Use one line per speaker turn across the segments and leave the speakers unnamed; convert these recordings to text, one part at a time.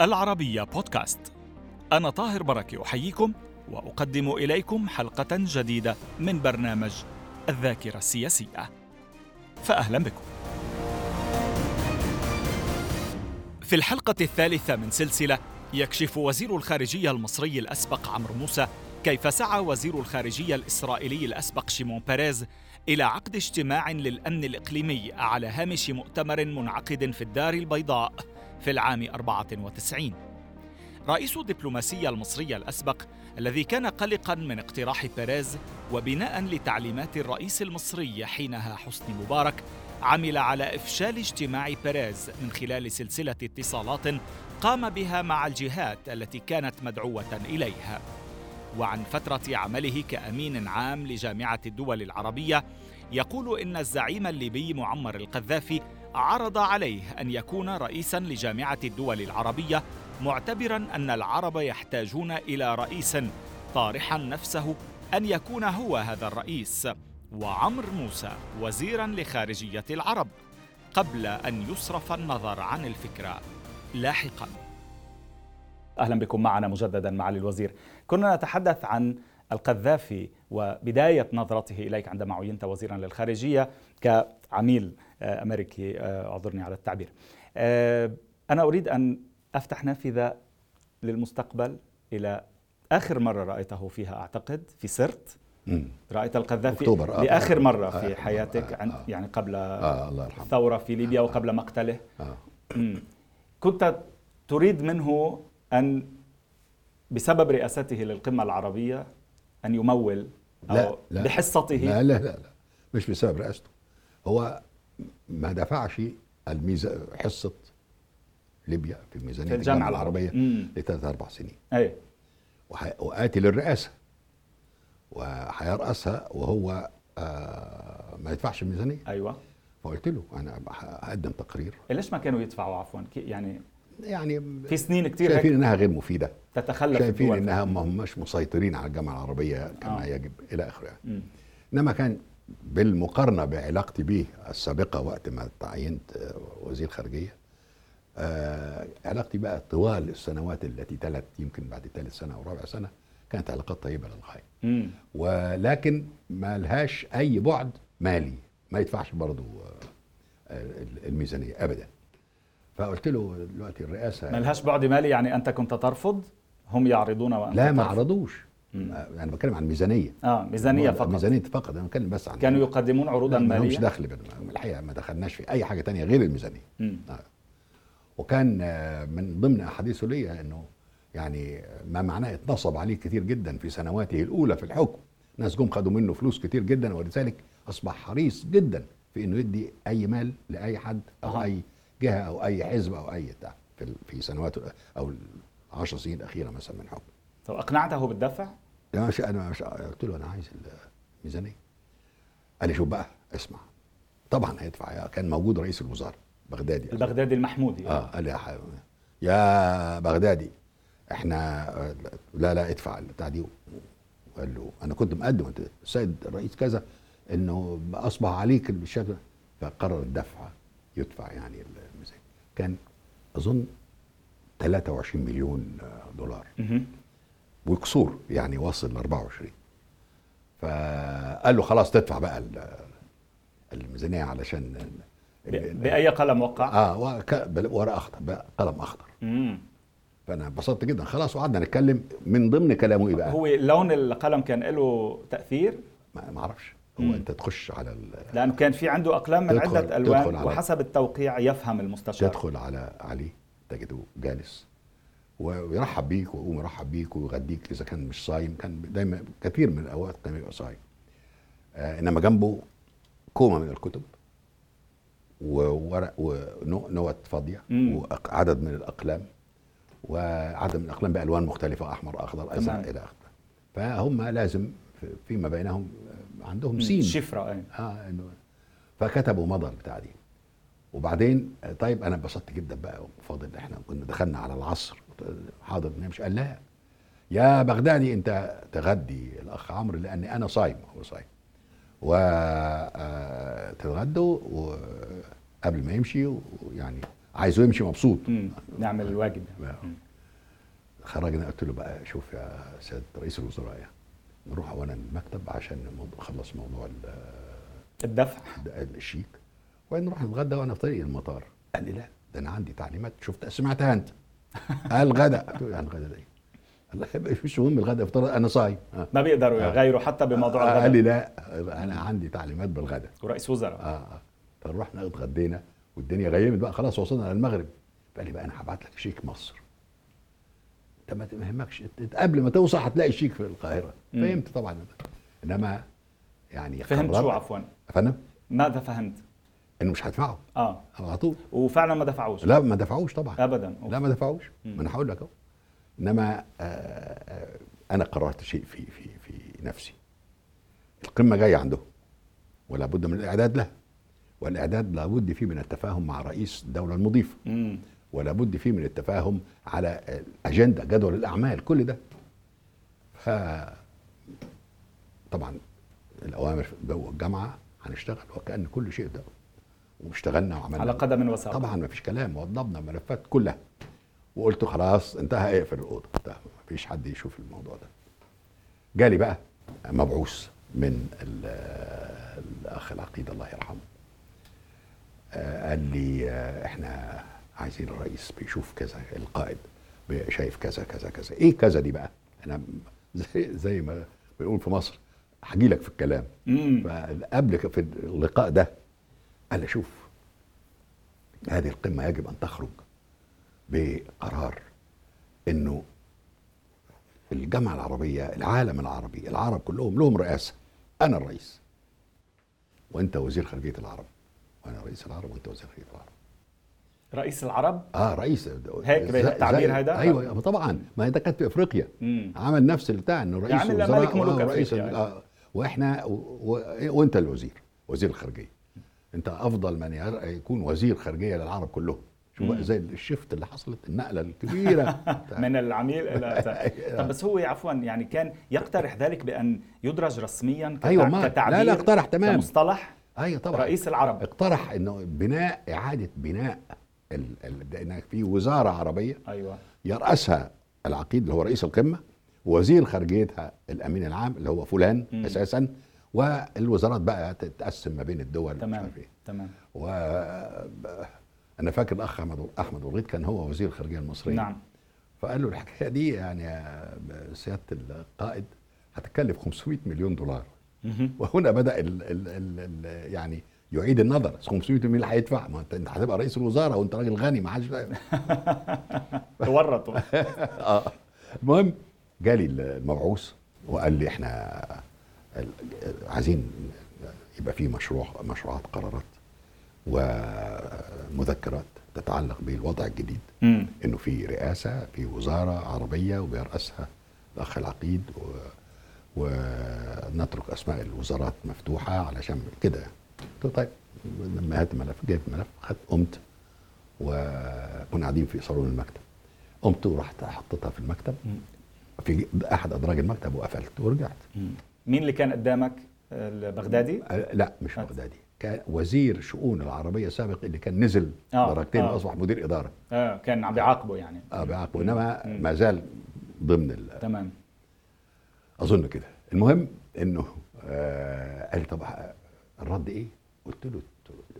العربية بودكاست أنا طاهر بركة أحييكم وأقدم إليكم حلقة جديدة من برنامج الذاكرة السياسية فأهلا بكم في الحلقة الثالثة من سلسلة يكشف وزير الخارجية المصري الأسبق عمرو موسى كيف سعى وزير الخارجية الإسرائيلي الأسبق شيمون بيريز إلى عقد اجتماع للأمن الإقليمي على هامش مؤتمر منعقد في الدار البيضاء في العام 94 رئيس الدبلوماسية المصرية الأسبق الذي كان قلقا من اقتراح بيريز وبناء لتعليمات الرئيس المصري حينها حسني مبارك عمل على افشال اجتماع بيريز من خلال سلسله اتصالات قام بها مع الجهات التي كانت مدعوه اليها وعن فتره عمله كامين عام لجامعه الدول العربيه يقول ان الزعيم الليبي معمر القذافي عرض عليه ان يكون رئيسا لجامعه الدول العربيه معتبرا ان العرب يحتاجون الى رئيس طارحا نفسه ان يكون هو هذا الرئيس وعمر موسى وزيرا لخارجيه العرب قبل ان يصرف النظر عن الفكره لاحقا اهلا بكم معنا مجددا معالي الوزير كنا نتحدث عن القذافي وبدايه نظرته اليك عندما عينت وزيرا للخارجيه كعميل امريكي اعذرني آه، على التعبير آه، انا اريد ان افتح نافذه للمستقبل الى اخر مره رايته فيها اعتقد في سرت رايت القذافي
أكتوبر آه
لاخر
آه
مره
آه
في
آه
حياتك
آه
عن-
آه
يعني قبل
آه الله يرحمه
الثوره في ليبيا وقبل مقتله
آه.
مم. كنت تريد منه ان بسبب رئاسته للقمه العربيه ان يمول او
لا لا
بحصته
لا لا لا لا مش بسبب رئاسته هو ما دفعش الميزة حصة ليبيا في ميزانية
في
الجامعة
الجامعة
العربية
مم.
لثلاث أربع سنين
اي
وح- وآتي للرئاسة وهيرأسها وهو آه ما يدفعش الميزانية
ايوه
فقلت له أنا ه- هقدم تقرير
إيه، ليش ما كانوا يدفعوا عفوا كي- يعني
يعني
في سنين كتير
شايفين
هيك
إنها غير مفيدة
تتخلف
شايفين
الدول
إنها ما هماش مسيطرين على الجامعة العربية كما
آه.
يجب إلى آخره
مم.
انما كان بالمقارنه بعلاقتي به السابقه وقت ما تعينت آه، وزير خارجيه آه، علاقتي بقى طوال السنوات التي تلت يمكن بعد ثالث سنه او رابع سنه كانت علاقات طيبه للغايه
مم.
ولكن ما لهاش اي بعد مالي ما يدفعش آه، برضه الميزانيه ابدا فقلت له دلوقتي الرئاسه
ما لهاش بعد مالي يعني انت كنت ترفض هم يعرضون وانت
لا ما
ترفض.
عرضوش
مم.
انا بتكلم عن ميزانيه
اه ميزانيه فقط
ميزانيه فقط انا بتكلم بس عن
كانوا يقدمون عروضا
لا، ما لهمش
ماليه
دخل بال- الحقيقه ما دخلناش في اي حاجه تانية غير الميزانيه
مم.
آه. وكان آه، من ضمن احاديثه ليا انه يعني ما معناه اتنصب عليه كتير جدا في سنواته الاولى في الحكم ناس جم خدوا منه فلوس كتير جدا ولذلك اصبح حريص جدا في انه يدي اي مال لاي حد او
أها.
اي جهه او اي حزب او اي بتاع في ال- في سنواته او العشر سنين الاخيره مثلا من حكم
طب اقنعته بالدفع
انا مش انا مش قلت له انا عايز الميزانيه قال لي شوف بقى اسمع طبعا هيدفع كان موجود رئيس الوزراء يعني. بغدادي قال لي-
البغدادي المحمودي
اه قال لي يا ح- يا بغدادي احنا آه، لا لا ادفع البتاع دي وقال له انا كنت مقدم انت السيد الرئيس كذا انه اصبح عليك بالشكل فقرر الدفع يدفع يعني الميزانيه كان اظن 23 مليون آه، دولار
مهم.
وكسور يعني واصل ل 24 فقال له خلاص تدفع بقى ال- الميزانيه علشان ال- ال-
ب- باي قلم وقع
اه وك- بل- ورقه اخضر بقى قلم اخضر
مم.
فانا انبسطت جدا خلاص وقعدنا نتكلم من ضمن كلامه ايه بقى؟
هو لون القلم كان له تاثير
ما ما اعرفش هو
مم.
انت تخش على ال-
لانه كان في عنده اقلام من
تدخل-
عده الوان
تدخل على-
وحسب التوقيع يفهم المستشار
تدخل على عليه تجده جالس و- ويرحب بيك ويقوم يرحب بيك ويغديك اذا كان مش صايم كان دايما كثير من الاوقات كان بيبقى صايم آه انما جنبه كومه من الكتب وورق ونوت فاضيه
مم.
وعدد من الاقلام وعدد من الاقلام بالوان مختلفه احمر اخضر ازرق
تمام.
الى اخره فهم لازم في- فيما بينهم آه، عندهم سين
شفرة أي.
اه انه فكتبوا مضى البتاع دي وبعدين آه، طيب انا انبسطت جدا بقى فاضل احنا كنا دخلنا على العصر قلت له، حاضر نمشي قال لا يا بغدادي انت تغدي الاخ عمرو لاني انا صايم هو صايم و آه، تتغدوا و- قبل ما يمشي ويعني عايزه يمشي مبسوط
مم. نعمل الواجب
خرجنا قلت له بقى شوف يا سيد رئيس الوزراء يعني نروح اولا المكتب عشان نمض- نخلص موضوع ال-
الدفع
ال- الشيك وبعدين نروح نتغدى وانا في طريق المطار قال لي لا ده انا عندي تعليمات شفت سمعتها انت قال غدا قلت له يعني غدا ده ايه؟ قال لي مش مهم الغدا افطار انا صايم آه.
ما بيقدروا
آه.
يغيروا حتى بموضوع
آه، قال لي
الغداء
لا انا عندي تعليمات بالغدا
ورئيس وزراء
اه اه فرحنا اتغدينا والدنيا غيمت بقى خلاص وصلنا للمغرب فقال لي بقى انا هبعت لك شيك مصر انت ما ما يهمكش انت- انت قبل ما توصل هتلاقي شيك في القاهره
مم.
فهمت طبعا انما يعني
فهمت
قررت-
شو عفوا
فانا
ماذا فهمت
انه مش هدفعه
اه
على طول
وفعلا ما دفعوش
لا ما دفعوش طبعا
ابدا أوف.
لا ما دفعوش
مم.
ما انا هقول لك اهو انما آه، آه، انا قررت شيء في في في نفسي القمه جايه عندهم ولا بد من الاعداد لها والاعداد لابد فيه من التفاهم مع رئيس الدوله المضيفه
مم.
ولا بد فيه من التفاهم على الاجنده جدول الاعمال كل ده ف طبعا الاوامر في- جوه الجامعه هنشتغل وكان كل شيء ده واشتغلنا وعملنا
على قدم وساق
طبعا ما فيش كلام وضبنا الملفات كلها وقلت خلاص انتهى اقفل الاوضه انتهى ما فيش حد يشوف الموضوع ده جالي بقى مبعوث من ال- الاخ العقيد الله يرحمه آه، قال لي آه، احنا عايزين الرئيس بيشوف كذا القائد بي- شايف كذا كذا كذا ايه كذا دي بقى انا م- زي, زي ما بنقول في مصر هجي لك في الكلام
مم.
فقبل ك- في اللقاء ده قال لي شوف هذه القمه يجب ان تخرج بقرار انه الجامعه العربيه العالم العربي العرب كلهم لهم رئاسه انا الرئيس وانت وزير خارجيه العرب وانا رئيس العرب وانت وزير خارجيه العرب
رئيس العرب
اه رئيس
هيك
زي-
بين التعبير
زي-
هيدا؟
ايوه ما طبعا ما هي ده كانت في افريقيا
مم. يعني
عمل نفس البتاع انه رئيس
يعمل
الوزراء
ملك ملوك
آه، رئيس
أفريقيا
ال-
يعني.
آه، واحنا و... و... وانت الوزير وزير الخارجيه انت افضل من ير- يكون وزير خارجيه للعرب كلهم شوف
مم.
بقى زي الشفت اللي حصلت النقله الكبيره
من العميل الى
أيوة.
طب بس هو عفوا يعني كان يقترح ذلك بان يدرج رسميا كتع...
أيوة، ما-
كتعبير
لا، لا، اقترح تمام.
كمصطلح
ايوه طبعا
رئيس العرب
اقترح انه بناء اعاده بناء ال... ال... لان في وزاره عربيه
ايوه
يرأسها العقيد اللي هو رئيس القمة وزير خارجيتها الأمين العام اللي هو فلان
مم.
م. أساسا والوزارات بقى تتقسم ما بين الدول مش
تمام
عارف إيه.
تمام
و أنا فاكر الأخ أحمد أحمد ولغيد كان هو وزير الخارجية المصري
نعم
فقال له الحكاية دي يعني يا سيادة القائد هتتكلف 500 مليون دولار
مهم.
وهنا بدأ ال ال ال ال يعني يعيد النظر 500 مليون هيدفع ما انت انت هتبقى رئيس الوزاره وانت راجل غني ما حدش
تورطوا
اه المهم جالي المبعوث وقال لي احنا ال- عايزين يبقى في مشروع مشروعات قرارات ومذكرات تتعلق بالوضع الجديد
مم.
انه في رئاسه في وزاره عربيه وبيرأسها الاخ العقيد و... ونترك اسماء الوزارات مفتوحه علشان كده يعني. قلت له طيب لما هات الملف جايب الملف خدت قمت وكنا قاعدين في صالون المكتب قمت ورحت حطيتها في المكتب
مم.
في احد ادراج المكتب وقفلت ورجعت
مم. مين اللي كان قدامك البغدادي
أه، لا مش
أت-
بغدادي كان وزير شؤون العربيه سابق اللي كان نزل
آه،
درجتين
آه.
واصبح مدير اداره
اه كان عم بيعاقبه يعني
اه بعاقبه انما
مم.
ما زال ضمن ال...
تمام
اظن كده المهم انه آه قال لي طب ه- الرد ايه قلت له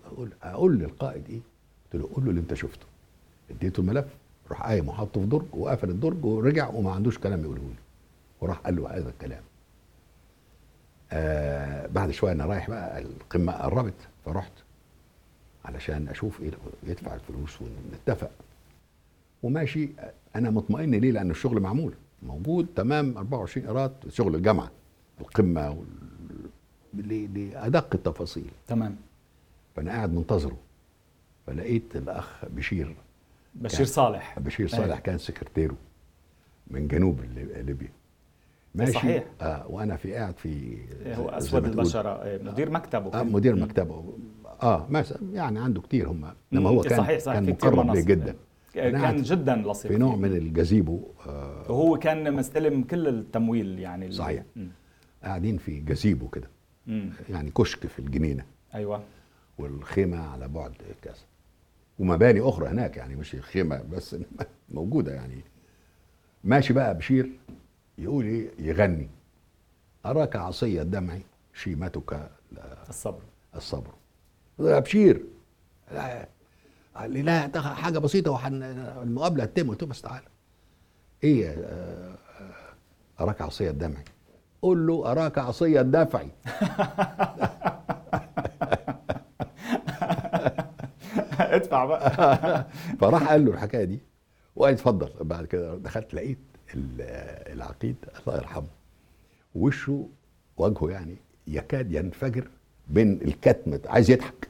اقول اقول للقائد ايه قلت له قول له اللي انت شفته اديته الملف راح قايم وحطه في درج وقفل الدرج ورجع وما عندوش كلام يقوله لي وراح قال له هذا الكلام آه بعد شويه انا رايح بقى القمه قربت فرحت علشان اشوف ايه لو يدفع الفلوس ونتفق وماشي انا مطمئن ليه لان الشغل معمول موجود تمام 24 قيراط شغل الجامعه القمه وال... ل- لادق التفاصيل
تمام
فانا قاعد منتظره فلقيت الاخ بشير
بشير
كان-
صالح
بشير
أيوة.
صالح كان سكرتيره من جنوب لي- ليبيا
ده صحيح. إيه،
آه وانا في قاعد في
آه، هو
زي ما
اسود
تقول
البشره آه، مدير مكتبه
آه
كان.
مدير
مم.
مكتبه اه ما س- يعني عنده كتير هم انما
مم. إيه،
هو كان
صحيح صحيح
كان
في كتير
مقرب ليه
مناصب.
جدا
آه، كان
قاعد
جدا لصيق
في نوع من الجازيبو آه
وهو كان مستلم كل التمويل يعني ال-
صحيح.
مم.
قاعدين في جازيبو كده
مم.
يعني كشك في الجنينه
ايوه
والخيمه على بعد كذا ومباني اخرى هناك يعني مش خيمه بس إنما موجوده يعني ماشي بقى بشير يقول ايه يغني اراك عصي الدمع شيمتك
الصبر
الصبر يا بشير لا قال لي لا ده حاجه بسيطه وحن المقابله هتتم قلت له بس تعالى ايه يا- آه، آه، اراك عصي الدمع قول له اراك عصي الدفع
ادفع بقى
فراح قال له الحكايه دي وقال اتفضل بعد كده دخلت لقيت ال- العقيد الله يرحمه وشه وجهه يعني يكاد ينفجر بين الكتمة عايز يضحك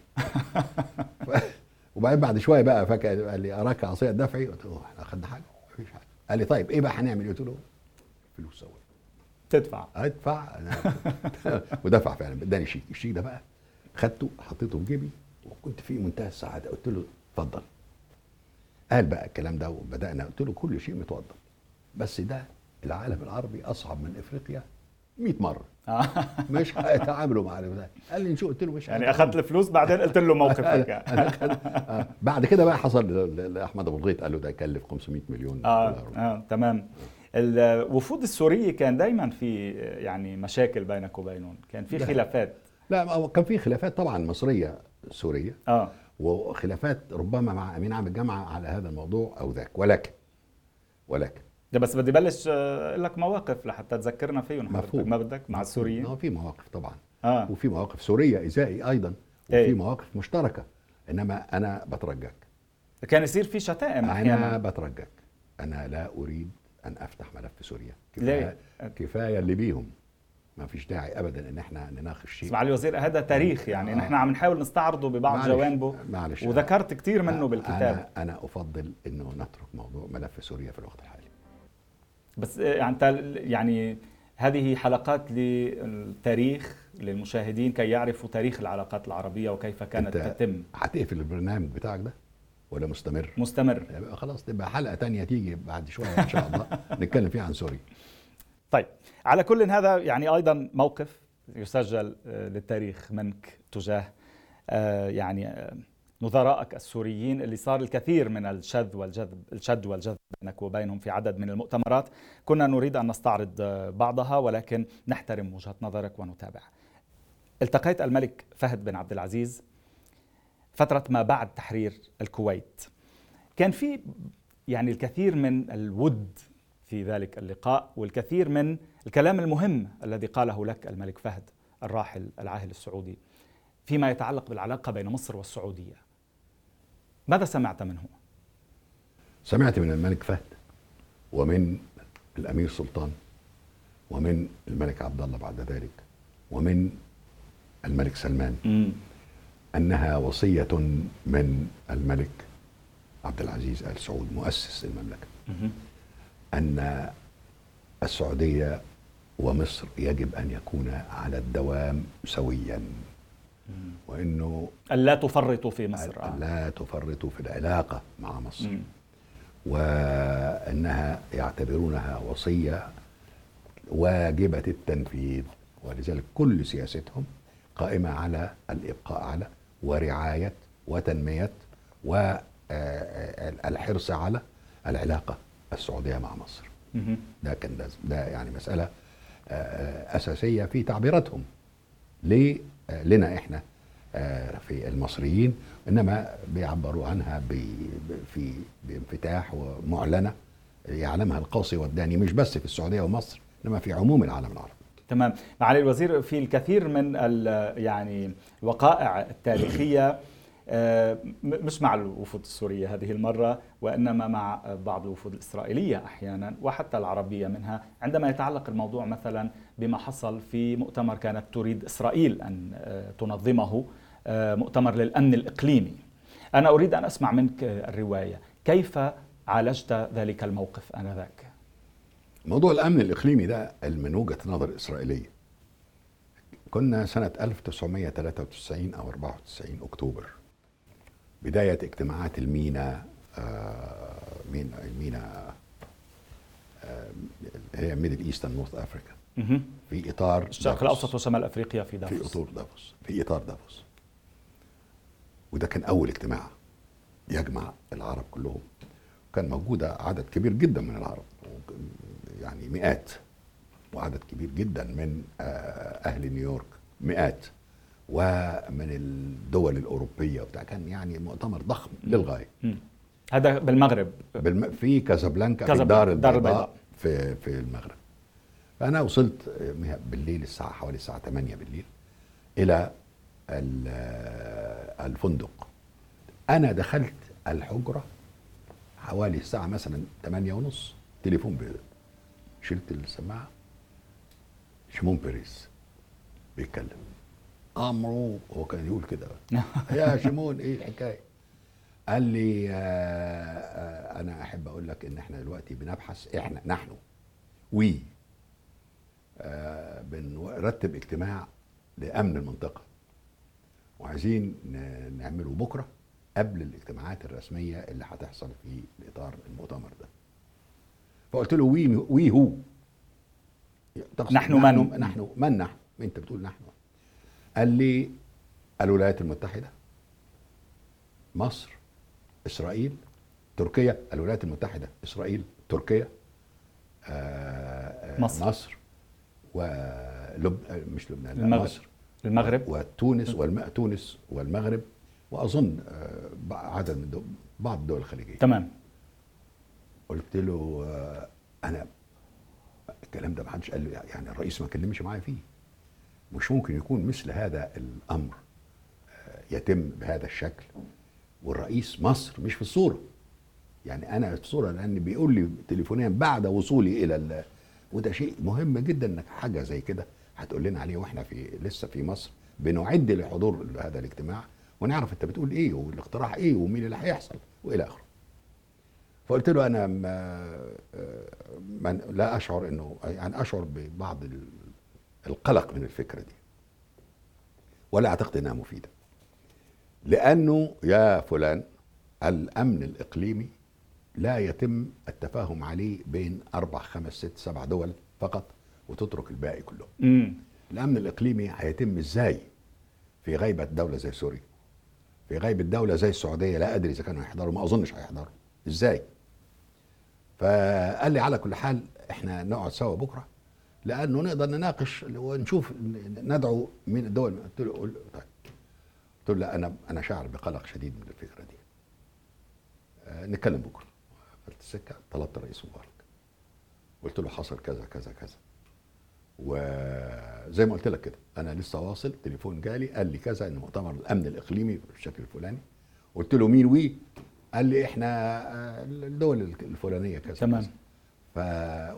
ف- وبعدين بعد شويه بقى فجاه قال لي اراك عصيه دفعي قلت له احنا خدنا حاجه مفيش حاجه قال لي طيب ايه بقى هنعمل إيه؟ قلت له فلوس اول
تدفع
ادفع أنا ودفع فعلا اداني شيك الشيك ده بقى خدته حطيته في جيبي وكنت في منتهى السعاده قلت له اتفضل قال بقى الكلام ده وبدانا قلت له كل شيء متوضب بس ده العالم العربي اصعب من افريقيا 100 مره مش هيتعاملوا مع ده قال لي نشوف قلت له مش
يعني
هيتعاملوا.
اخذت الفلوس بعدين قلت له موقفك يعني.
آه، بعد كده بقى حصل ل- لاحمد ابو الغيط قال له ده يكلف 500 مليون
اه
دولار
اه تمام الوفود السوري كان دايما في يعني مشاكل بينك وبينهم كان في
لا.
خلافات
لا ما هو كان في خلافات طبعا مصريه سوريه
اه
وخلافات ربما مع امين عام الجامعه على هذا الموضوع او ذاك ولكن ولكن
ده بس بدي بلش آه، اقول لك مواقف لحتى تذكرنا فيهم حضرتك.
مفهوم.
ما بدك مع السوريين
آه، في مواقف طبعا
اه
وفي مواقف سوريه ازائي ايضا
إيه.
وفي مواقف مشتركه انما انا بترجاك
كان يصير في شتائم
انا
احيانا
بترجاك انا لا اريد ان افتح ملف في سوريا
ليه؟
كفايه كفايه اللي بيهم ما فيش داعي ابدا ان احنا نناقش شيء
اسمع الوزير هذا تاريخ يعني
آه.
نحن عم نحاول نستعرضه ببعض
معلش،
جوانبه
معلش.
وذكرت كثير منه
أنا-
بالكتاب
انا انا افضل انه نترك موضوع ملف سوريا في الوقت الحالي
بس آه، يعني تال- يعني هذه حلقات للتاريخ للمشاهدين كي يعرفوا تاريخ العلاقات العربية وكيف كانت
أنت-
تتم
هتقفل البرنامج بتاعك ده ولا مستمر
مستمر
يبقى خلاص تبقى حلقة تانية تيجي بعد شوية إن شاء الله نتكلم فيها عن سوريا
طيب على كل هذا يعني ايضا موقف يسجل آه، للتاريخ منك تجاه آه، يعني آه، نظرائك السوريين اللي صار الكثير من الشذ والجذب الشد والجذب بينك وبينهم في عدد من المؤتمرات كنا نريد ان نستعرض آه، بعضها ولكن نحترم وجهة نظرك ونتابع التقيت الملك فهد بن عبد العزيز فترة ما بعد تحرير الكويت كان في يعني الكثير من الود في ذلك اللقاء والكثير من الكلام المهم الذي قاله لك الملك فهد الراحل العاهل السعودي فيما يتعلق بالعلاقة بين مصر والسعودية ماذا سمعت منه؟
سمعت من الملك فهد ومن الأمير سلطان ومن الملك عبد الله بعد ذلك ومن الملك سلمان أنها وصية من الملك عبد العزيز آل سعود مؤسس المملكة
مهم.
أن السعودية ومصر يجب أن يكونا على الدوام سويا وأنه
ألا تفرطوا في مصر آه.
لا تفرطوا في العلاقة مع مصر
مم.
وأنها يعتبرونها وصية واجبة التنفيذ ولذلك كل سياستهم قائمة على الإبقاء على ورعاية وتنمية والحرص على العلاقة السعودية مع مصر
مهم.
ده كان ده, ده يعني مسألة آه، أساسية في تعبيراتهم ليه آه، لنا إحنا آه، في المصريين إنما بيعبروا عنها ب- ب- في بانفتاح ومعلنة يعلمها القاصي والداني مش بس في السعودية ومصر إنما في عموم العالم العربي
تمام معالي الوزير في الكثير من ال- يعني الوقائع التاريخية آه، م- مش مع الوفود السورية هذه المرة وإنما مع بعض الوفود الإسرائيلية أحيانا وحتى العربية منها عندما يتعلق الموضوع مثلا بما حصل في مؤتمر كانت تريد إسرائيل أن آه، تنظمه آه، مؤتمر للأمن الإقليمي أنا أريد أن أسمع منك آه، الرواية كيف عالجت ذلك الموقف آنذاك؟
موضوع الأمن الإقليمي ده من وجهة نظر إسرائيلية كنا سنة 1993 أو 94 أكتوبر بداية اجتماعات المينا آه، مينا المينا آه، هي ميدل ايست اند نورث افريكا
مهم.
في اطار
الشرق
دافوس.
الأوسط وشمال أفريقيا في دافوس
في اطار دافوس في اطار دافوس وده كان اول اجتماع يجمع العرب كلهم كان موجودة عدد كبير جدا من العرب يعني مئات وعدد كبير جدا من آه، أهل نيويورك مئات ومن الدول الأوروبية وبتاع كان يعني مؤتمر ضخم للغاية
هذا بالمغرب
بالم... في كازابلانكا في
كازابلانكا،
الدار
الدار
البيضاء,
البيضاء.
في في المغرب فانا وصلت مه- بالليل الساعه حوالي الساعه 8 بالليل الى ال- آه، الفندق انا دخلت الحجره حوالي الساعه مثلا 8 ونص تليفون بيضاء شلت السماعه شمون بيريز بيتكلم امره هو كان يقول كده يا شمون ايه الحكايه قال لي آه، آه، انا احب اقول لك ان احنا دلوقتي بنبحث احنا نحن وي آه، بنرتب اجتماع لامن المنطقه وعايزين ن- نعمله بكره قبل الاجتماعات الرسميه اللي هتحصل في اطار المؤتمر ده فقلت له وي وي هو تقصد
نحن من؟
نحن من نحن انت بتقول نحن قال لي الولايات المتحده مصر اسرائيل تركيا الولايات المتحده اسرائيل تركيا آه، آه،
مصر.
مصر ولب... آه، مش لبنان لا،
المغرب.
مصر
المغرب
وتونس والم... تونس والمغرب واظن آه، بع- عدد من دول... بعض الدول الخليجيه
تمام
قلت له آه، انا الكلام ده ما حدش قال لي يعني الرئيس ما كلمش معايا فيه مش ممكن يكون مثل هذا الامر آه، يتم بهذا الشكل والرئيس مصر مش في الصوره يعني انا في الصوره لان بيقول لي تليفونيا بعد وصولي الى ال... وده شيء مهم جدا انك حاجه زي كده هتقول لنا عليه واحنا في لسه في مصر بنعد لحضور هذا الاجتماع ونعرف انت بتقول ايه والاقتراح ايه ومين اللي هيحصل والى اخره فقلت له انا ما ما لا اشعر انه يعني اشعر ببعض ال- القلق من الفكره دي ولا اعتقد انها مفيده لانه يا فلان الامن الاقليمي لا يتم التفاهم عليه بين اربع خمس ست سبع دول فقط وتترك الباقي كلهم
امم
الامن الاقليمي هيتم ازاي في غيبه دوله زي سوريا في غيبه دوله زي السعوديه لا ادري اذا كانوا هيحضروا ما اظنش هيحضروا ازاي فقال لي على كل حال احنا نقعد سوا بكره لانه نقدر نناقش ونشوف ندعو من الدول قلت له قل- طيب قلت له لا انا انا شاعر بقلق شديد من الفكره دي آه، نتكلم بكره قفلت السكه طلبت الرئيس مبارك قلت له حصل كذا كذا كذا وزي ما قلت لك كده انا لسه واصل تليفون جالي قال لي كذا ان مؤتمر الامن الاقليمي بالشكل الفلاني قلت له مين وي قال لي احنا آه، الدول الفلانيه كذا
تمام.
كذا. ف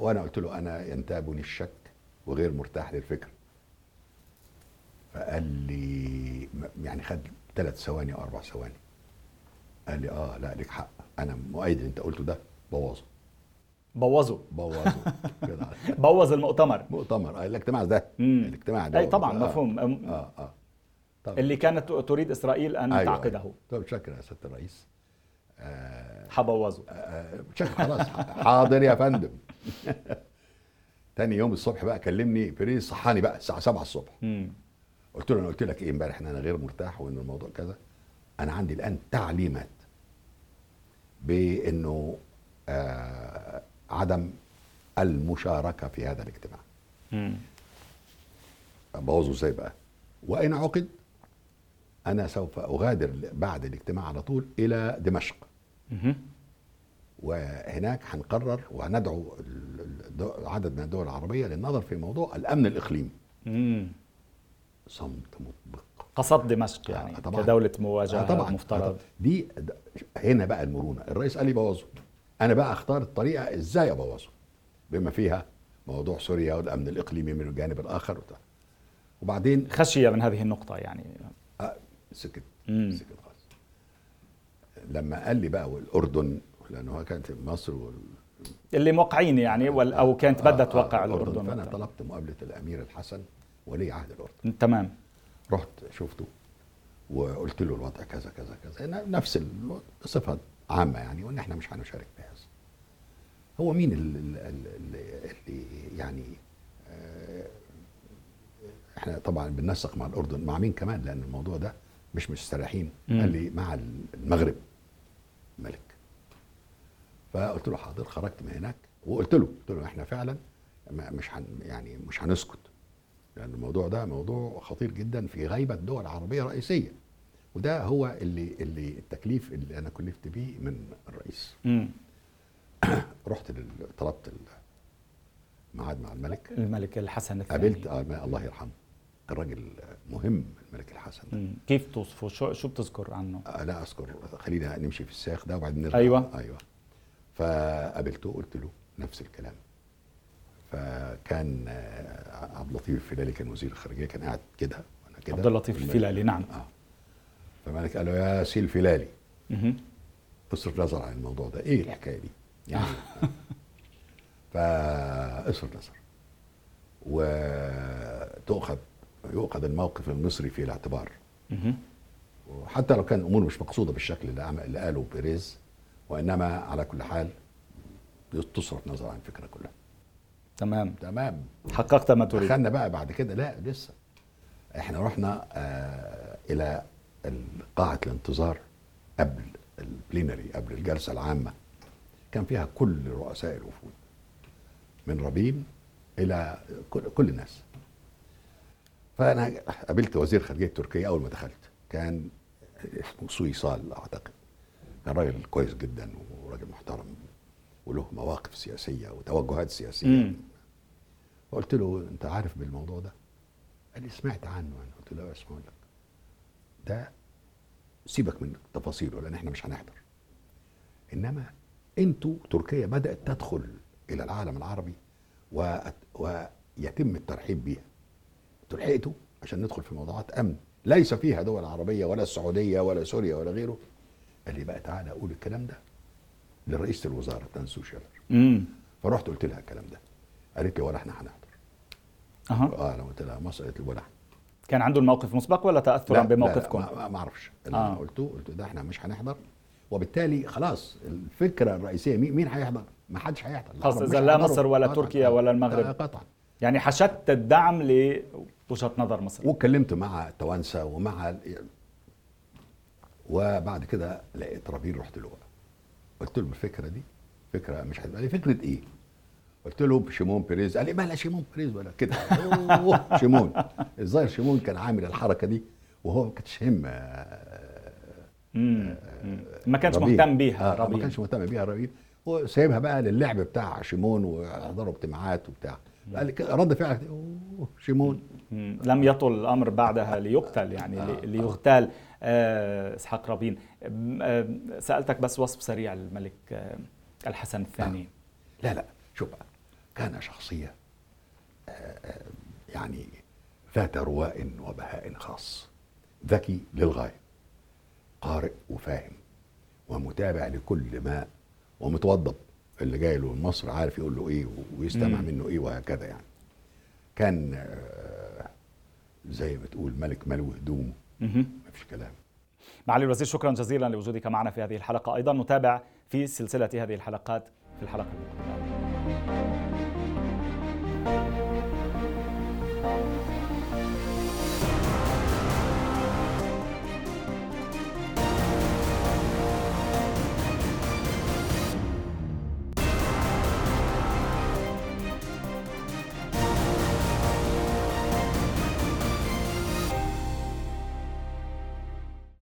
وانا قلت له انا ينتابني الشك وغير مرتاح للفكر فقال لي يعني خد ثلاث ثواني او اربع ثواني قال لي اه لا لك حق انا مؤيد اللي انت قلته ده بوظه
بوظوا
بوظه كده
بوظ المؤتمر
مؤتمر آه، الاجتماع ده
مم.
الاجتماع ده
اي طبعا
آه.
مفهوم أم-
اه اه طبعا
اللي كانت تريد اسرائيل ان
أيوة،
تعقده
أيوة. طب شكرا يا سياده الرئيس آه
حبوظه
آه، شكرا خلاص حاضر يا فندم تاني يوم الصبح بقى كلمني بيريز صحاني بقى الساعه 7 الصبح
امم
قلت له انا قلت لك ايه امبارح ان انا غير مرتاح وان الموضوع كذا انا عندي الان تعليمات بانه آه عدم المشاركه في هذا الاجتماع بوظه ازاي بقى وان عقد انا سوف اغادر بعد الاجتماع على طول الى دمشق وهناك هنقرر وهندعو ال- ال- دو- عدد من الدول العربيه للنظر في موضوع الامن الاقليمي
امم
صمت مطبق
قصد دمشق
آه،
يعني
طبعاً.
كدوله مواجهه
آه طبعا آه
مفترض
طبعاً. دي د- هنا بقى المرونه الرئيس قال لي بوظه انا بقى اختار الطريقه ازاي ابوظه بما فيها موضوع سوريا والامن الاقليمي من الجانب الاخر وبتاع. وبعدين
خشيه من هذه النقطه يعني
آه، سكت
مم.
سكت خالص لما قال لي بقى والاردن لانه هو كانت مصر وال...
اللي موقعين يعني وال- او كانت
آه،
بدت وقع الاردن
فانا
وقتها.
طلبت مقابله الامير الحسن ولي عهد الاردن
تمام
رحت شفته وقلت له الوضع كذا كذا كذا ن- نفس ال- بصفه عامه يعني وان احنا مش هنشارك في هذا هو مين ال- ال- ال- ال- اللي يعني آه، احنا طبعا بننسق مع الاردن مع مين كمان لان الموضوع ده مش مستريحين
مم.
قال لي مع المغرب ملك فقلت له حاضر خرجت من هناك وقلت له قلت له احنا فعلا ما- مش هن يعني مش هنسكت لان الموضوع ده موضوع خطير جدا في غيبه دول عربيه رئيسيه وده هو اللي اللي التكليف اللي انا كلفت بيه من الرئيس
مم.
رحت لل- طلبت ال- ميعاد مع الملك
الملك الحسن الثاني
قابلت آه، ما- الله يرحمه الراجل مهم الملك الحسن ده
مم. كيف توصفه شو شو بتذكر عنه
آه، لا اذكر خلينا نمشي في السياق ده وبعدين نرجع
أيوة.
ايوه فقابلته قلت له نفس الكلام فكان آه، عبد اللطيف الفلالي كان وزير الخارجيه كان قاعد كده وانا كده
عبد اللطيف
والملك-
الفلالي، نعم.
اه فالملك قال له يا سي الفلالي
مهم.
اصرف نظر عن الموضوع ده ايه الحكايه دي يعني فاصرف نظر وتؤخذ يؤخذ الموقف المصري في الاعتبار
مهم.
وحتى لو كان الامور مش مقصوده بالشكل اللي عم- اللي قاله بيريز وانما على كل حال تصرف نظر عن الفكره كلها
تمام
تمام
حققت ما تريد
دخلنا بقى بعد كده لا لسه احنا رحنا آه الى ال- قاعه الانتظار قبل البلينري قبل الجلسه العامه كان فيها كل رؤساء الوفود من ربين الى كل, كل الناس فانا قابلت وزير خارجيه تركيا اول ما دخلت كان اسمه سويصال اعتقد كان راجل كويس جدا وراجل محترم وله مواقف سياسيه وتوجهات سياسيه
مم.
قلت له انت عارف بالموضوع ده قال لي سمعت عنه انا قلت له اسمع لك ده سيبك من تفاصيله لان احنا مش هنحضر انما انتوا تركيا بدات تدخل الى العالم العربي وأت... ويتم الترحيب بيها انتوا لحقتوا عشان ندخل في موضوعات امن ليس فيها دول عربيه ولا السعوديه ولا سوريا ولا غيره قال لي بقى تعالى اقول الكلام ده لرئيسه الوزاره تنسو شلر
مم.
فرحت قلت لها الكلام ده قالت لي ولا احنا هنحضر
أها.
اه انا قلت لها مصر قالت لي ولا احنا
كان عنده الموقف مسبق ولا تاثرا
لا، لا،
بموقفكم
ما- ما ما اعرفش اللي
آه.
انا قلته قلت ده احنا مش هنحضر وبالتالي خلاص الفكره الرئيسيه مين مين هيحضر؟ ما حدش هيحضر
خلاص،
العرب
إذا
مش
لا
هيحضروا.
مصر ولا
قطعاً.
تركيا
آه،
ولا المغرب.
قطعا
يعني حشدت الدعم لوجهه نظر مصر
واتكلمت مع التوانسه ومع ال- وبعد كده لقيت ربيل رحت له بقى قلت له الفكره دي فكره مش هتبقى لي فكره ايه؟ قلت له شيمون بيريز قال لي بلا شيمون بيريز ولا كده أوه، شيمون الظاهر شيمون كان عامل الحركه دي وهو ما كانش هم آه،
مم. مم. ما كانش
ربيع.
مهتم بيها
آه ما
ربيع
كانش مهتم بيها ربيع هو سايبها بقى للعب بتاع شيمون ويحضروا اجتماعات وبتاع قال لك رد فعلك اوه شيمون
مم. لم يطل الامر بعدها ليقتل يعني لي-
آه.
ليغتال آه، اسحاق رابين أم- آه، سالتك بس وصف سريع الملك آه، الحسن
نعم.
الثاني
لا لا شوف بقى كان شخصيه آه، آه، يعني ذات رواء وبهاء خاص ذكي للغايه قارئ وفاهم ومتابع لكل ما ومتوضب اللي جاي له من مصر عارف يقول له ايه ويستمع
مم.
منه ايه وهكذا يعني كان آه، زي ما تقول ملك ملو هدومه
مهم.
مفيش كلام
معالي الوزير شكرا جزيلا لوجودك معنا في هذه الحلقة أيضا نتابع في سلسلة هذه الحلقات في الحلقة المقبلة